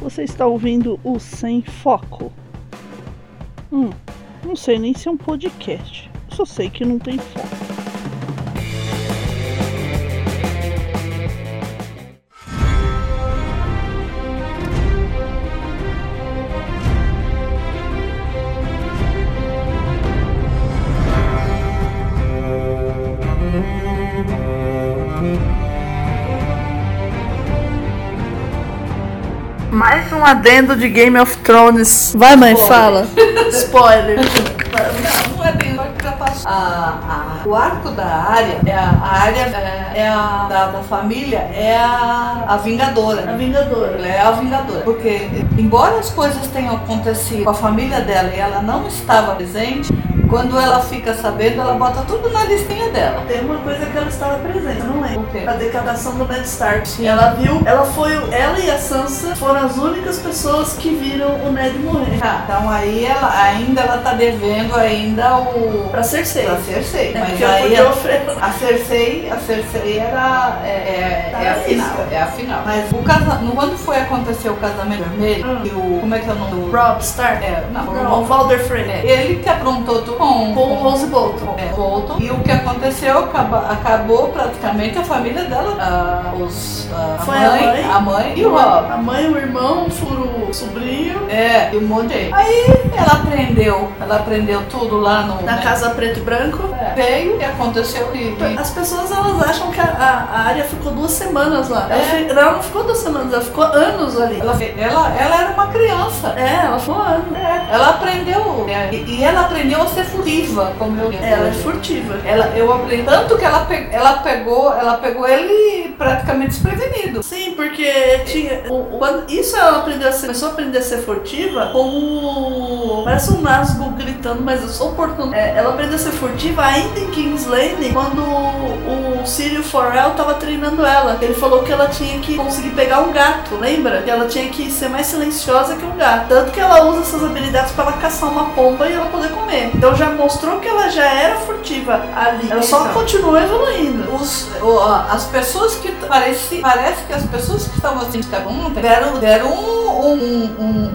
Você está ouvindo o Sem Foco. Hum, não sei nem se é um podcast. Só sei que não tem foco. Mais um adendo de Game of Thrones. Vai, mãe, fala. Spoiler. Não, não é bem hora que já passou. A- a- o arco da área é a, a área é, é a, da, da família é a, a vingadora. A Vingadora. Ela é a vingadora. Porque, embora as coisas tenham acontecido com a família dela e ela não estava presente, quando ela fica sabendo, ela bota tudo na listinha dela. Tem uma coisa que ela estava presente, eu não lembro. O quê? A decadação do Ned Stark. Ela viu, ela foi, ela e a Sansa foram as únicas pessoas que viram o Ned morrer. Tá, então aí ela ainda ela tá devendo ainda o. Pra Cersei. Pra Cersei. É, Mas porque ela aí podia ela- oferecer. A Cersei, a Cersei era é, é, Tá é na a final, lista. é a final. Mas o casa, no- quando foi acontecer o casamento vermelho, Hum. e o como é que é o nome do Rob Stark. É, não, o Não, o Ron- Valder Frey. é, ele que aprontou tudo com Com o Rose Bolton. é, Bolton. E o que aconteceu acaba- acabou praticamente a família dela, ah, os ah, Foi a a mãe, mãe? a mãe e o Rob. A mãe, o irmão, furo, o sobrinho. É, e um monte de gente. Aí ela aprendeu, ela aprendeu tudo lá no Na né? casa preto e branco. É, veio e aconteceu e, e As pessoas elas acham que a, a, a área ficou duas semanas lá. Ela, É. fi- ela não ficou duas semanas, ela ficou anos ali. ela, ela, ela era uma criança. É, ela ficou anos. Ela aprendeu, é, e, e ela aprendeu a ser furtiva, como eu Ela é furtiva. Ela- eu aprendi tanto que ela, pe- ela pegou, ela pegou ele praticamente desprevenido. Sim, porque tinha. o- o- quando- isso ela aprendeu a ser, começou a aprender a ser furtiva com o. Parece um Nazgûl gritando, mas eu sou oportuno. É, ela aprendeu a ser furtiva ainda em King's Landing, quando o, o Círio Forel tava treinando ela. Ele falou que ela tinha que conseguir pegar um gato, lembra? Que ela tinha que ser mais silenciosa que um gato. Tanto que ela usa essas habilidades pra ela caçar uma pomba e ela poder comer. Então já mostrou que ela já era furtiva ali. Ela só Então. continuou evoluindo. Os, o- a- as pessoas que t- parece, parece que as pessoas que estavam assim de cada um deram, deram um, um,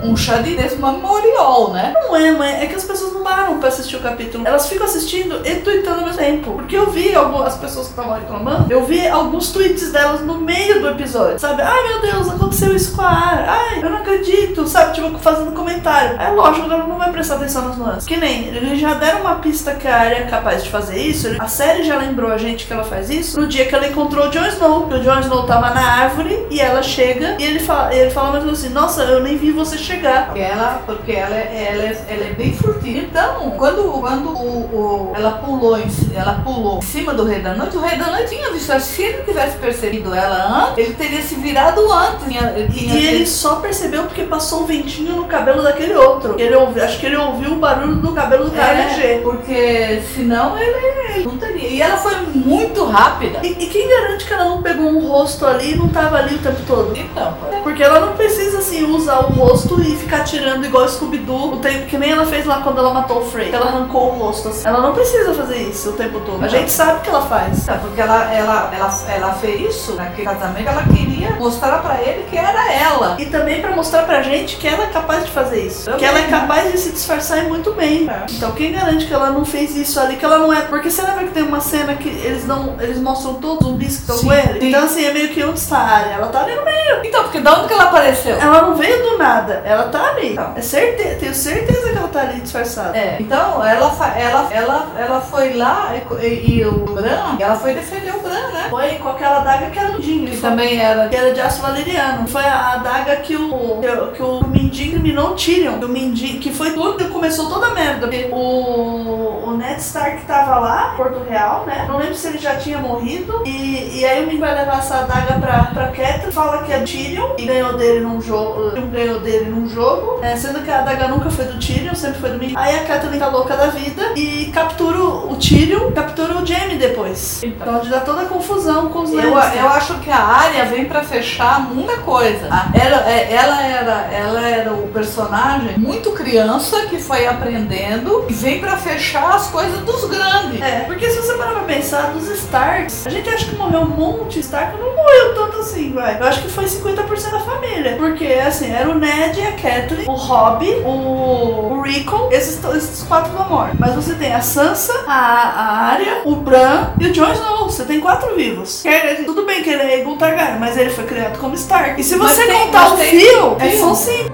um, um chá de desmamoriol, né? Não é, mãe, é que as pessoas não param pra assistir o capítulo. Elas ficam assistindo e tweetando ao mesmo tempo. Porque eu vi algumas pessoas que estavam reclamando, eu vi alguns tweets delas no meio do episódio, sabe? Ai meu Deus, aconteceu isso com a Ara. Ai, eu não acredito, sabe? Tipo, fazendo comentário. É lógico que ela não vai prestar atenção nas nuances. Que nem, eles já deram uma pista que a Arya é capaz de fazer isso. A série já lembrou a gente que ela faz isso no dia que ela encontrou o Jon Snow. O Jon Snow tava na árvore e ela chega e ele fala, ele fala mais ou menos assim: Nossa, eu nem vi você chegar. Porque ela, porque ela, é- ela, é- ela é bem furtiva. Então, quando, quando o, o- ela, pulou em, ci- ela pulou em cima do Rei da Noite, o Rei da Noite tinha visto. Se ele tivesse percebido ela antes, ele teria se virado antes. Tinha- ele tinha- E ele só percebeu porque passou um ventinho no cabelo daquele outro. Ele ouvi, acho que ele ouviu o barulho do cabelo do um cara É, G. porque senão ele, ele não teria. E ela foi muito rápida. E, e quem garante que ela não pegou um rosto ali e não tava ali o tempo todo? Então, Porque ela não precisa, assim, usar o rosto e ficar tirando igual Scooby-Doo o tempo que nem ela fez lá quando ela matou o Frey. Ela arrancou o rosto, assim. Ela não precisa fazer isso o tempo todo. A gente sabe que ela faz. é porque ela, ela, ela, ela fez isso naquele casamento, ela queria mostrar pra ele que era ela. E também pra mostrar pra gente que ela é capaz de fazer isso. Também, que ela é né? capaz de se disfarçar e muito bem. É. Então quem garante que ela não fez isso ali, que ela não é. Porque você lembra que tem uma cena que eles não. Eles mostram todos os zumbis que estão Sim, com ele? sim. Então assim, é meio que onde está a área? Ela tá ali no meio. Então, porque da onde que ela apareceu? Ela não veio do nada. Ela tá ali. Não. É certeza, tenho certeza que ela tá ali disfarçada. É, então ela, fa- ela, ela, ela foi lá e, e- e o Bran, ela foi defender o Bran, né? Foi com aquela adaga que era do Jim. Ele também era. Que era de aço valeriano. Foi a adaga que o. que, o- que o Mindinho eliminou o Tyrion. Que o Mindinho. Que foi tudo que começou toda a merda. Porque o. O Ned Stark tava lá, em Porto Real, né? Não lembro se ele já tinha morrido. E, e aí o Mindinho vai levar essa adaga pra, pra Kether, fala que é Tyrion. E ganhou dele num jogo. eh, Tyrion ganhou dele num jogo. É, sendo que a adaga nunca foi do Tyrion, sempre foi do Mindinho. Aí a Catelyn tá louca da vida. E captura o Tyrion, captura o Jaime depois. Então onde dá toda a confusão com os Eu, Lannisters. eu acho que a área vem pra fechar muita coisa. A- Ela, é- ela era, ela era o personagem muito criança que foi aprendendo e vem pra fechar as coisas dos grandes. É, porque se você parar pra pensar, dos Starks, a gente acha que morreu um monte de Stark, não morreu tantas assim, vai. Eu acho que foi 50% da família. Porque, assim, era o Ned, a Catherine, o Rob, o, o Rickon, esses, to- esses quatro vão morrer. Mas você tem a Sansa, a, a Arya, o Bran e o Jon Snow. Você tem quatro vivos. Quer- Tudo bem que ele é Egon Targaryen, mas ele foi criado como Stark. E se Mas você tem- contar mas o tem- fio, é, tem são um. cinco.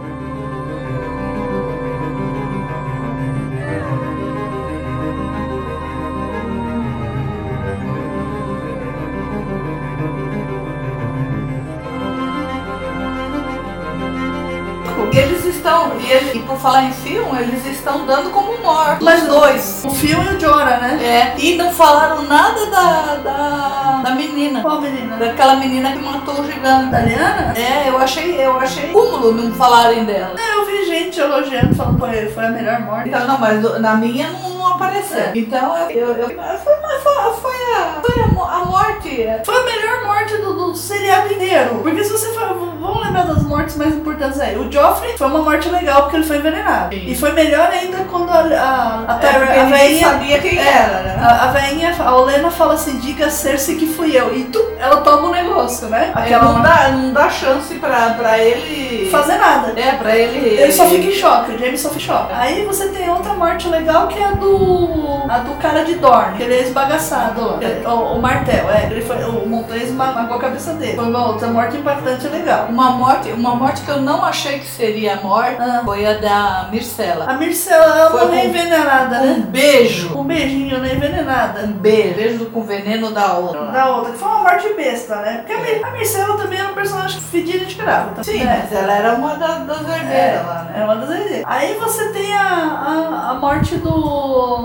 E eles estão, e, ele- e por falar em filme, eles estão dando como morto. Mas dois. O fio e o Jorah, né? É, e não falaram nada da, da, da menina. Qual menina? Daquela menina que matou o gigante. Italiana? É, eu achei, eu achei cúmulo não falarem dela. Eu vi gente elogiando, falando que ele foi a melhor morte. Então, não, mas do- na minha não, não apareceu. É. Então, eu, eu, eu- foi, mas foi- foi a, foi a, mo- a morte. Foi a melhor morte do, do seriado inteiro. Porque se você for. v- Vamos lembrar das mortes mais importantes aí. O Joffrey foi uma morte legal porque ele foi envenenado. Sim. E foi melhor ainda quando a, a, a, É, Tyra- porque a ninguém veinha. sabia quem era, né? A, a veinha, a Olena fala assim: diga a Cersei que fui eu. E tu, ela toma o negócio, né? Aquela Aquela não dá, não dá chance pra, pra ele. não fazer nada. É, pra ele. Ele só fica em choque, o James só fica em choque. Aí você tem outra morte legal que é a do. a do cara de Dorne, que ele é esbagaçado lá. Ele- O, o martel, é. Ele foi, o montanha esmagou a cabeça dele. Foi uma outra morte impactante legal. Uma morte, uma morte que eu não achei que seria a morte Ah. foi a da Mircela. A Mircela ela Foi não é com- envenenada, né? Um beijo. Um beijinho, não é envenenada. Um beijo. Beijo com veneno da outra. lá. Da outra, que foi uma morte besta, né? Porque a, Mir- a Mircela também era um personagem fedido de cravo. Então, Sim, né? mas ela era uma da- das herdeiras lá, né? É uma das ideias. Aí você tem a, a, a morte do,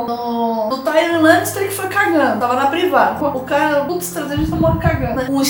do. do Tyrion Lannister que foi cagando. Tava na privada. O cara, puto estrategista, morre cagando. né? Um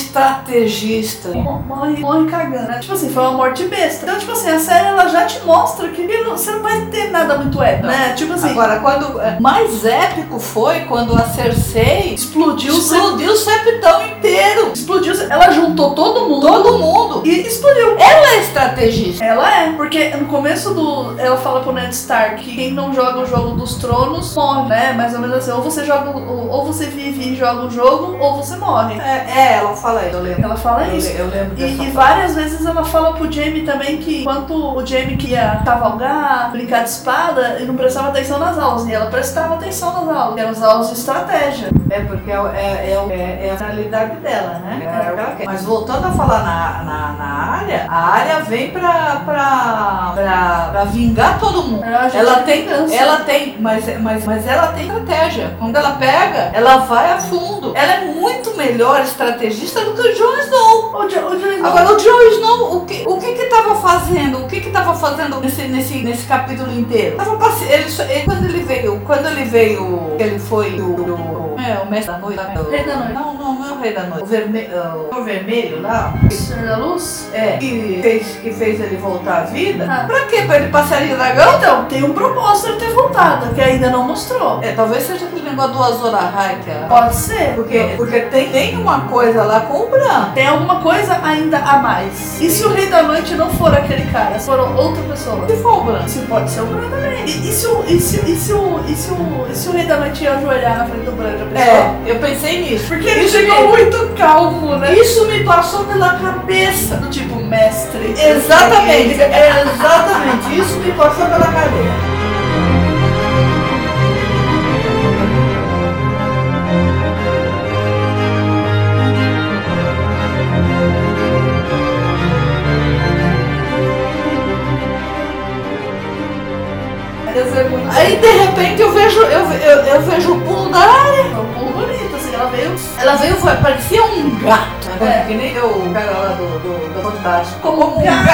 estrategista. Mo- Morre, morre cagando. né? Tipo assim, foi uma morte besta. Então, tipo assim, a série ela já te mostra que ele não- você não vai ter nada muito épico, né? Tipo assim, Agora, quando é, mais épico foi quando a Cersei explodiu, explodiu, explodiu o septão inteiro. explodiu. Ela juntou todo mundo Todo mundo. e explodiu. Ela é estrategista. Ela é, porque no começo do. Ela fala pro Ned Stark que quem não joga o jogo dos tronos morre, né? Mais ou menos assim. Ou você joga. o- Ou você vive e joga o jogo, ou você morre. É, é, ela fala é isso, eu lembro. Ela fala Eu, isso. le- eu lembro E, dessa e parte. várias vezes ela fala pro Jamie também que enquanto o Jamie que ia cavalgar, brincar de espada, ele não prestava atenção nas aulas. E ela prestava atenção nas aulas. E eram as aulas de estratégia. É porque é, o- é, é, o- é- é a finalidade dela, né? É o que ela quer. Mas voltando a falar na, na, na área, a área vem pra, pra, pra, pra vingar todo mundo. Era a gente Ela de tem, vingança. ela tem, mas, mas, mas ela tem estratégia. Quando ela pega, ela vai a fundo. Ela é muito melhor estrategista do que o Jon Snow. O, Jo- o Jamie Agora, o Jon Snow, o que o que que tava fazendo? O que que tava fazendo nesse, nesse, nesse capítulo inteiro? Tava passe... ele, só- ele- quando ele veio, quando ele veio, que ele foi do... do- é, o mestre da noite. né? O- Rei da noite. Não, não, não é o rei da noite. O vermelho, o vermelho lá, Senhor da Luz? é, que fez, que fez ele voltar à vida. Ah. Pra quê? Pra ele passar de dragão? Então, tem um propósito ele ter voltado, que ainda não mostrou. É, talvez seja aquele negócio do Azor Ahai, que é- Pode ser. Porque, porque tem, tem uma coisa lá com o Bran. Tem alguma coisa ainda a mais. E se o Rei da Noite não for aquele cara, se for outra pessoa? Se for o Bran. Isso pode ser o Bran também. E, e se o, e, se, e, se o, e, se o, e se o Rei da Noite ia ajoelhar na frente do Bran já pensou? É, eu pensei nisso. Porque ele Isso é chegou um- me- muito calmo, né? Isso me passou pela cabeça. Do tipo, mestre. Exatamente, É. é exatamente. Isso me passou pela cabeça. Deus é muito. Aí de repente eu vejo, eu, eu, eu vejo o pulo da. é um pulo bonito, assim, ela veio Ela veio, foi, parecia um gato. É. Que nem eu, o cara lá do, do, do Fantástico. Como um Gato.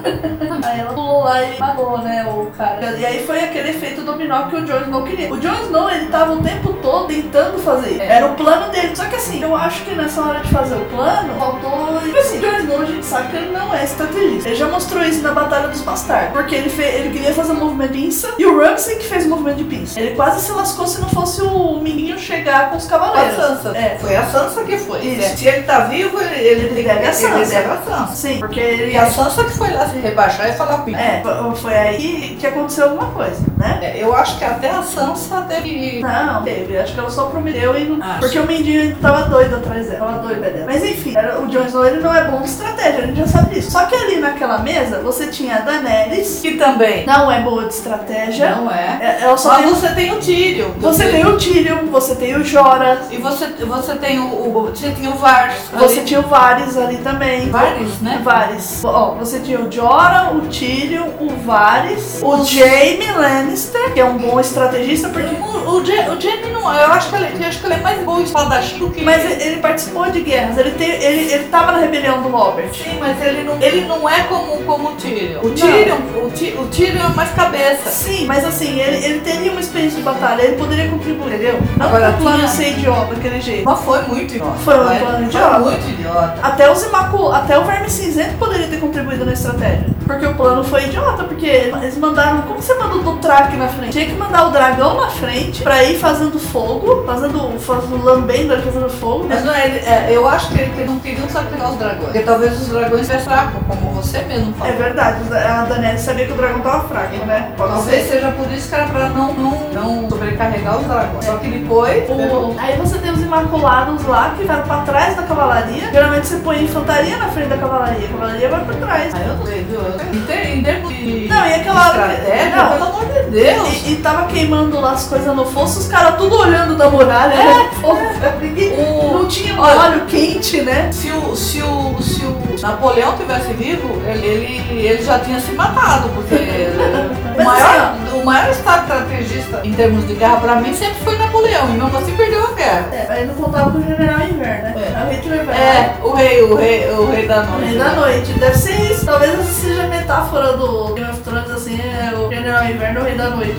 gato. Aí ela pulou lá e matou, né, o cara. E aí foi aquele efeito dominó que o Jon Snow queria. O Jon Snow, ele tava o tempo todo tentando fazer. É. Era o plano dele. Só que assim, eu acho que nessa hora de fazer o plano, faltou... Tipo assim, Jon Snow Frank Sacker não é estrategista. Ele já mostrou isso na Batalha dos Bastardos. Porque ele, fe- ele queria fazer o movimento de pinça e o Ramsay que fez o movimento de pinça. Ele quase se lascou se não fosse o menino chegar com os A cavaleiros. Sansa. É. Foi a Sansa que foi. Isso. Se ele tá vivo, ele, ele, Ele deve a Sansa. Ele deve a Sansa. Sim, porque ele. E a Sansa que foi lá se rebaixar e falar pico. É, fo- foi aí que aconteceu alguma coisa, né? É, Eu acho que até a Sansa teve. Não, teve. Acho que ela só prometeu e não. Ah, porque o Mendinho tava doido atrás dela. Tava doido dela. Mas enfim, era- o Jon Snow ele não é bom de estratégia, a gente já sabe disso. Só que ali naquela mesa você tinha a Daenerys, Que também. não é boa de estratégia. Não é. É- Ela só Mas tem. você tem o Tyrion. Você tem o Tyrion, você tem o Joras, E você, você tem o, o. Você tem o Vars. você tinha o Varys ali também. Vares, né? Varys. Ó, você tinha o Jorah, o Tyrion, o Varys, o Jaime Lannister, que é um bom estrategista, porque O, o, Ja- o Jamie não. Eu acho que ele, eu acho que ele é mais bom espadachim do que. Mas ele- ele participou de guerras, ele, tem, ele, ele tava na rebelião do Robert. Sim, mas ele não, ele não é como, como o Tyrion. Não. O Tyrion, o, Ti- o Tyrion é mais cabeça. Sim, mas assim, ele, ele teria uma experiência de batalha, ele poderia contribuir, entendeu? Não Agora, Agora, o plano tinha- ser idiota daquele jeito. Mas foi muito idiota. Foi um né? plano Foi idiota. muito idiota. Até os imacu... até o Verme Cinzento poderia ter contribuído na estratégia. Porque o plano foi idiota, porque eles mandaram. Como você mandou o Dothraki na frente? Tinha que mandar o dragão na frente pra ir fazendo fogo, fazendo. fazendo lambendo, ele fazendo fogo. né? Mas não é, ele- é, eu acho que ele não queria sacrificar os dragões. Porque talvez os dragões sejam fracos, como você mesmo É falou. verdade, a Daniela sabia que o dragão tava fraco, né? Pode ser. Talvez seja por isso que era pra não, não, não sobrecarregar os dragões. Só que depois. O- Aí você tem os imaculados lá que ficaram pra trás da cavalaria. Geralmente você põe a infantaria na frente da cavalaria. A cavalaria vai pra trás. Ah, eu não sei, viu? Em ter- Em termos de. É. Não, e aquela hora que- Estratégia, não. pelo amor de Deus. E, e tava queimando lá as coisas no fosso, os caras tudo olhando da muralha. né? É. Fogo, ninguém- O- Não tinha um Olha. óleo quente, né? Se o, se o, se o Napoleão tivesse vivo, ele, ele, ele já tinha se matado, porque o, Mas assim, maior, o maior estrategista em termos de guerra pra mim sempre foi Napoleão, e mesmo assim perdeu a guerra. É, aí não contava com o general inverno, né? É. A Hitler vai lá. É, o rei, o rei, o rei da no noite. meio da noite, deve ser isso. Talvez essa seja a metáfora do Game of Thrones, assim, é o General Inverno, o Rei da Noite.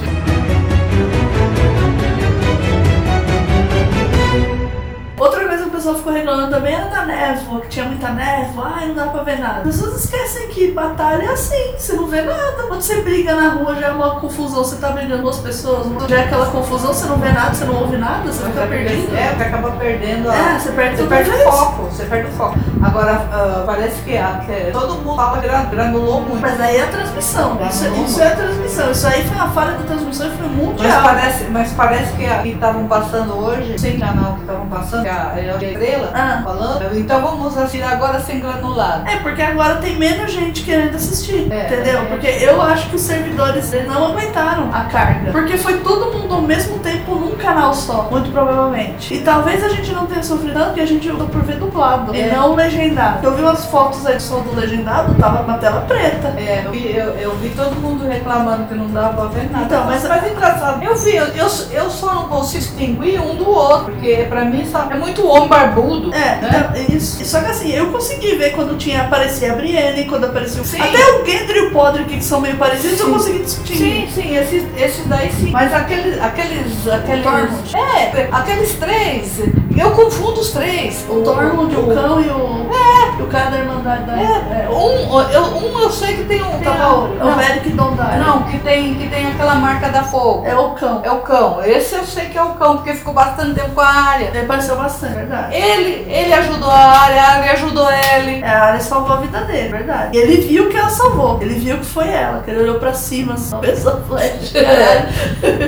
Outra coisa que o pessoal ficou reclamando também era da névoa, que tinha muita névoa, ai, não dá pra ver nada. As pessoas esquecem que batalha é assim, você não vê nada. Quando você briga na rua já é uma confusão, você tá brigando com as pessoas, já é aquela confusão, você não vê nada, você não ouve nada, você fica Vai perdido. perder- É, vai acabar perdendo a- É, você perde Você tudo perde o isso. foco, você perde o foco. Agora, ah, parece que, a- que todo mundo fala gra- granulou muito. Mas aí é a transmissão. Isso, isso é a transmissão. Isso aí foi uma falha da transmissão e foi Mas mundial. parece, mas parece que a- que estavam passando hoje, sem canal que estavam passando, que a, é a estrela Ah. falando. Então vamos assistir agora sem granulado. É, porque agora tem menos gente querendo assistir, É. entendeu? Porque eu acho que os servidores eles não aguentaram a carga. Porque foi todo mundo ao mesmo tempo num canal só, muito provavelmente. E talvez a gente não tenha sofrido tanto que a gente optou por ver dublado, É. e não legendado. Eu vi umas fotos aí só do legendado, tava na tela preta. É, eu, vi, eu, eu vi todo mundo reclamando que não dava pra ver nada. é Então, mas- engraçado, eu vi, eu, eu, eu só não consigo distinguir um do outro, porque pra mim só, é muito homem barbudo. É, né? então, isso. Só que assim, eu consegui ver quando tinha aparecia a Brienne, quando aparecia o... Sim. Até o Gendry e o Podrick, que são meio parecidos, eu Sim. consegui discutir. Sim, sim, esses, esses daí sim. Mas aqueles. Aqueles. aqueles Tormund. é, aqueles três. Eu confundo os três. Um, O Tormund, o cão e o. É. E o cara da Irmandade da. É, um eu, um eu sei que tem um. tem a- Tabaouro. É o não, Eric Dondar. não, que tem, que tem aquela marca da fogo. É o cão. É o cão. Esse eu sei que é o cão, porque ficou bastante tempo com a área. Ele pareceu bastante, é verdade. Ele, ele ajudou a área, a área ajudou ele. É, a Arya salvou a vida dele, é verdade. E ele viu que ela salvou. Ele viu que foi ela, que ele olhou pra cima, só pensou a flecha.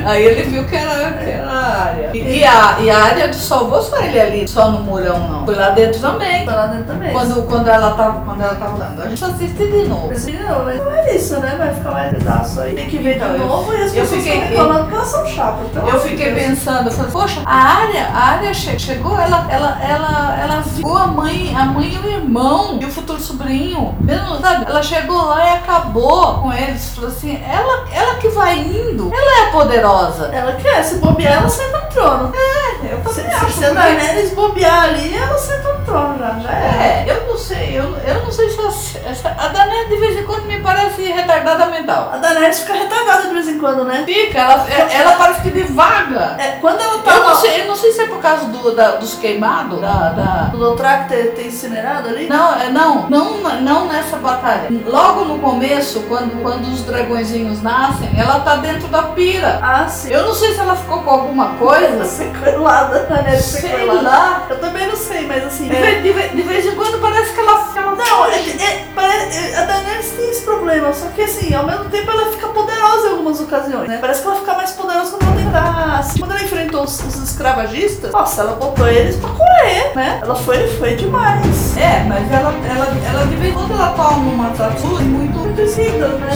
Aí ele viu que era, que era a área. E, e a, e a área salvou só ele ali, só no murão não. Foi lá dentro também. Foi lá dentro também. Quando, quando ela tava quando ela tava dando, a gente assiste de novo. Assim, não, mas não é isso, né? Vai ficar mais pedaço aí. Tem que ver Então, de eu- novo e as eu pessoas fiquei- estão reclamando que elas são chatas. pelo Eu amor de fiquei Deus. pensando, eu falei, poxa, a área, a área che- chegou, ela, ela, ela, ela viu a mãe, a mãe e o irmão e o futuro sobrinho. Mesmo, sabe? Ela chegou lá e acabou com eles. Falou assim, ela, ela que vai indo, ela é poderosa. Ela quer, se bobear, ela senta no trono. É, eu Se, também acho. se a porque- Daenerys bobear ali, ela senta no trono já. Já era. É, eu não sei, eu, eu não sei se essa, essa- a Danete de vez em quando me parece retardada mental. A Daenerys fica retardada de vez em quando, né? Fica, ela, é- ela parece que devaga. É, quando ela tá Eu não, no, sei, eu não sei se é por causa do, da- dos queimados, da, da- do Dothraki ter, ter incinerado ali, Não, é- não, não, não, batalha. Logo no começo, quando, quando os dragõezinhos nascem, ela tá dentro da pira. Ah, sim. Eu não sei se ela ficou com alguma coisa. Sequelada, tá, né? Sei Sequelada. lá. É. Eu também não sei, mas assim. De vez, de vez- de vez em quando parece que ela. que ela tá- Não, é, é, parece- é, a Daenerys tem esse problema, só que assim, ao mesmo tempo ela fica poderosa em algumas ocasiões, né? Parece que ela fica mais poderosa quando ela tem graça. Quando ela enfrentou os, os escravagistas, nossa, ela botou eles pra correr, né? Ela foi, foi demais. É, mas ela, ela, ela de vez em quando ela tá toma umas atitudes muito. Muito exíguas, né?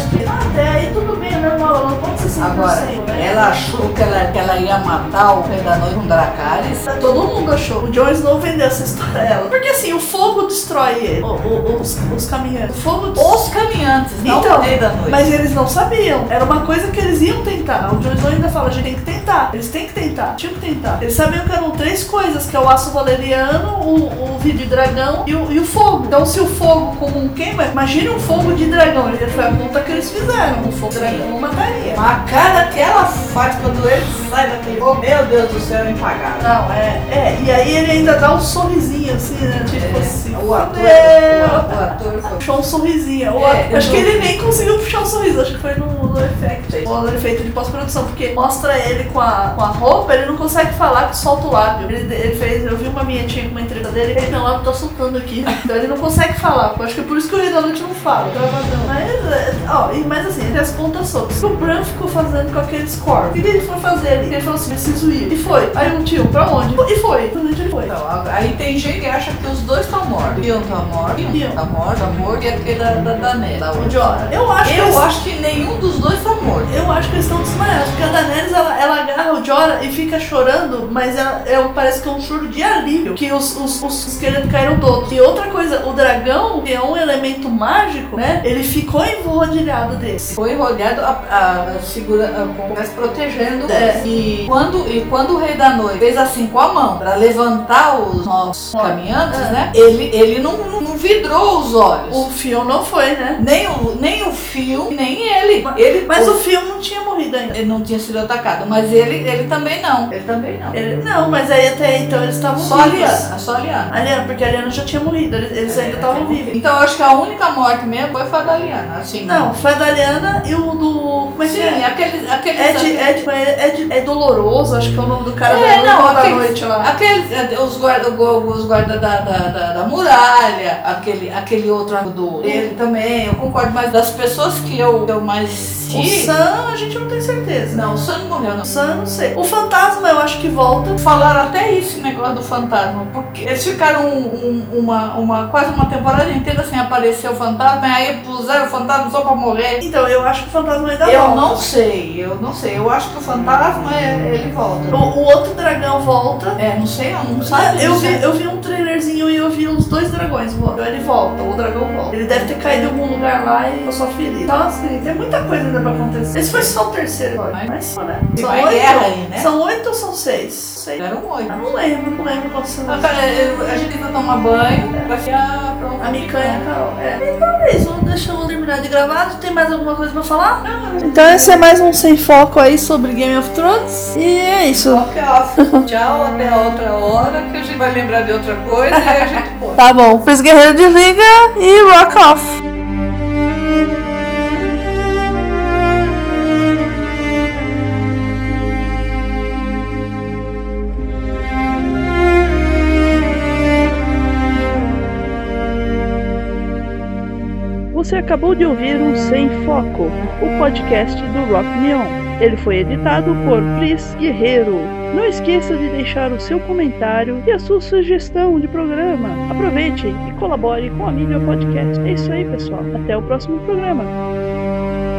Até aí tudo bem, é normal, ela não pode ser 100%, Agora, né? ela achou que ela, que ela ia matar o rei da noite com Dracarys. Todo mundo achou. O Jones não vendeu essa história a ela. Porque assim, o fogo destrói ele. O- o- os, os caminhantes. O fogo destrói. Os caminhantes, não Então, o rei da noite. Mas eles não sabiam. Era uma coisa que eles iam tentar. É O Jones ainda fala, a gente tem que tentar. Eles têm que tentar. Tinha que tentar. Eles sabiam que eram três coisas, que é o aço valeriano, o, o vidro de dragão e o, e o fogo. Então se o fogo comum queima, imagine um fogo de dragão. Ele foi a conta que eles fizeram. O fogo de dragão não mataria. A cara que ela faz quando ele sai daquele gol, meu Deus do céu, é impagável. Não, é, é. E aí ele ainda dá um sorrisinho assim, né? Tipo assim. É, o ator, é "Fudeu". o ator, o ator Puxou um sorrisinho. Ou É, a- acho que eu- ele nem conseguiu puxar um sorriso, acho que foi no, no effect. Ou no efeito é de pós-produção, porque mostra ele com a, com a roupa, ele não consegue falar que solta o lábio. Ele, ele fez, eu vi uma minha tinha com uma entrevista dele, ele, meu lábio tá soltando aqui. Então ele não consegue falar. Eu acho que é por isso que o Redolante não fala. Travadão. Mas, é, ó, e- mas assim, entre as pontas soltas. O Bran ficou fazendo com aqueles corpos. O que que ele foi fazer ali? Ele falou assim, preciso ir. E foi. pai um tio, pra onde? E foi. Pra onde ele foi? Então, a- aí tem gente que acha que os dois estão mortos. E um tá morto, e E um. um tá morto, tá morto, e aquele da, da, da Nela, da outra. Onde hora? Eu acho que eles- Eu acho que nenhum dos dois tá morto. Eu acho que eles estão desmaiados, porque a Daenerys ela, ela agarra o Jorah e fica chorando, mas ela, é- parece que é um choro de alívio, que os, os, os esqueletos caíram todos. E outra coisa, o dragão, que é um elemento mágico, né? Ele ficou envolvilhado desse. Foi rodeado a, a, segura, a, com- mas protegendo. É. E, quando, e quando o rei da noite fez assim com a mão pra levantar os nossos caminhantes, É. né? Ele, ele não, não não vidrou os olhos. O Fion não foi, né? Nem, o, nem o fio, nem ele. Mas- ele Mas o Fion não tinha morrido ainda. Ele não tinha sido atacado, mas ele, ele também não. Ele também não. Ele- não, mas aí até aí, então eles estavam Só a vivos. Liana, é só a Liana. A Liana, porque a Liana já tinha morrido, eles, eles ainda estavam vivos. Então eu acho que a única morte mesmo foi a da Liana, assim. Não, foi a da Liana e o do. Como é que Sim, é? aqueles, aqueles, É, de, é, de, é, de- é doloroso, acho que é o nome do cara É, da, não, da aqueles- noite lá. aqueles- é, os guarda, go- os guarda da, da, da, da muralha, aquele, aquele outro amigo do dele também, eu concordo, mas das pessoas que eu, eu mais O ti. Sam, a gente não tem certeza. Não, o Sam não morreu, não. O Sam, não sei. O fantasma, eu acho que volta. Falaram até isso, negócio do fantasma, porque eles ficaram um- um- uma, uma, quase uma temporada inteira sem aparecer o fantasma, e aí puseram o fantasma só pra morrer. Então, eu acho que o fantasma ainda eu volta. não sei, eu não sei. Eu acho que o fantasma, é- ele volta. O, o outro dragão volta. É, não sei, eu não sabe. né? eu, não vi, sei. eu vi um trailerzinho e eu vi os dois dragões voando. Ele volta, o dragão volta. Ele deve ter caído em algum lugar lá e eu só ferido. Então, assim, tem muita coisa ainda pra acontecer. Esse foi só o terceiro, olha. Mas- Mas só, né? Tem São mais oito? guerra aí, né? um São oito ou são seis? Sei. Eu Eram oito. não lembro, não lembro quantos são. Ah, pera, eu- A gente tenta tomar banho, vai ficar pronto. A Micanha Carol. É. Então é isso, deixa eu terminar de gravar. Tem mais alguma coisa pra falar? Não. Então esse é mais um Sem Foco aí sobre Game of Thrones. E é isso. Off, off. Tchau, até a outra hora, que a gente vai lembrar de outra coisa e a gente põe. Tá bom. Fez Guerreiro desliga e rock off. Você acabou de ouvir o Sem Foco, o podcast do Rock Neon. Ele foi editado por Pris Guerreiro. Não esqueça de deixar o seu comentário e a sua sugestão de programa. Aproveite e colabore com a Mídia Podcast. É isso aí, pessoal. Até o próximo programa.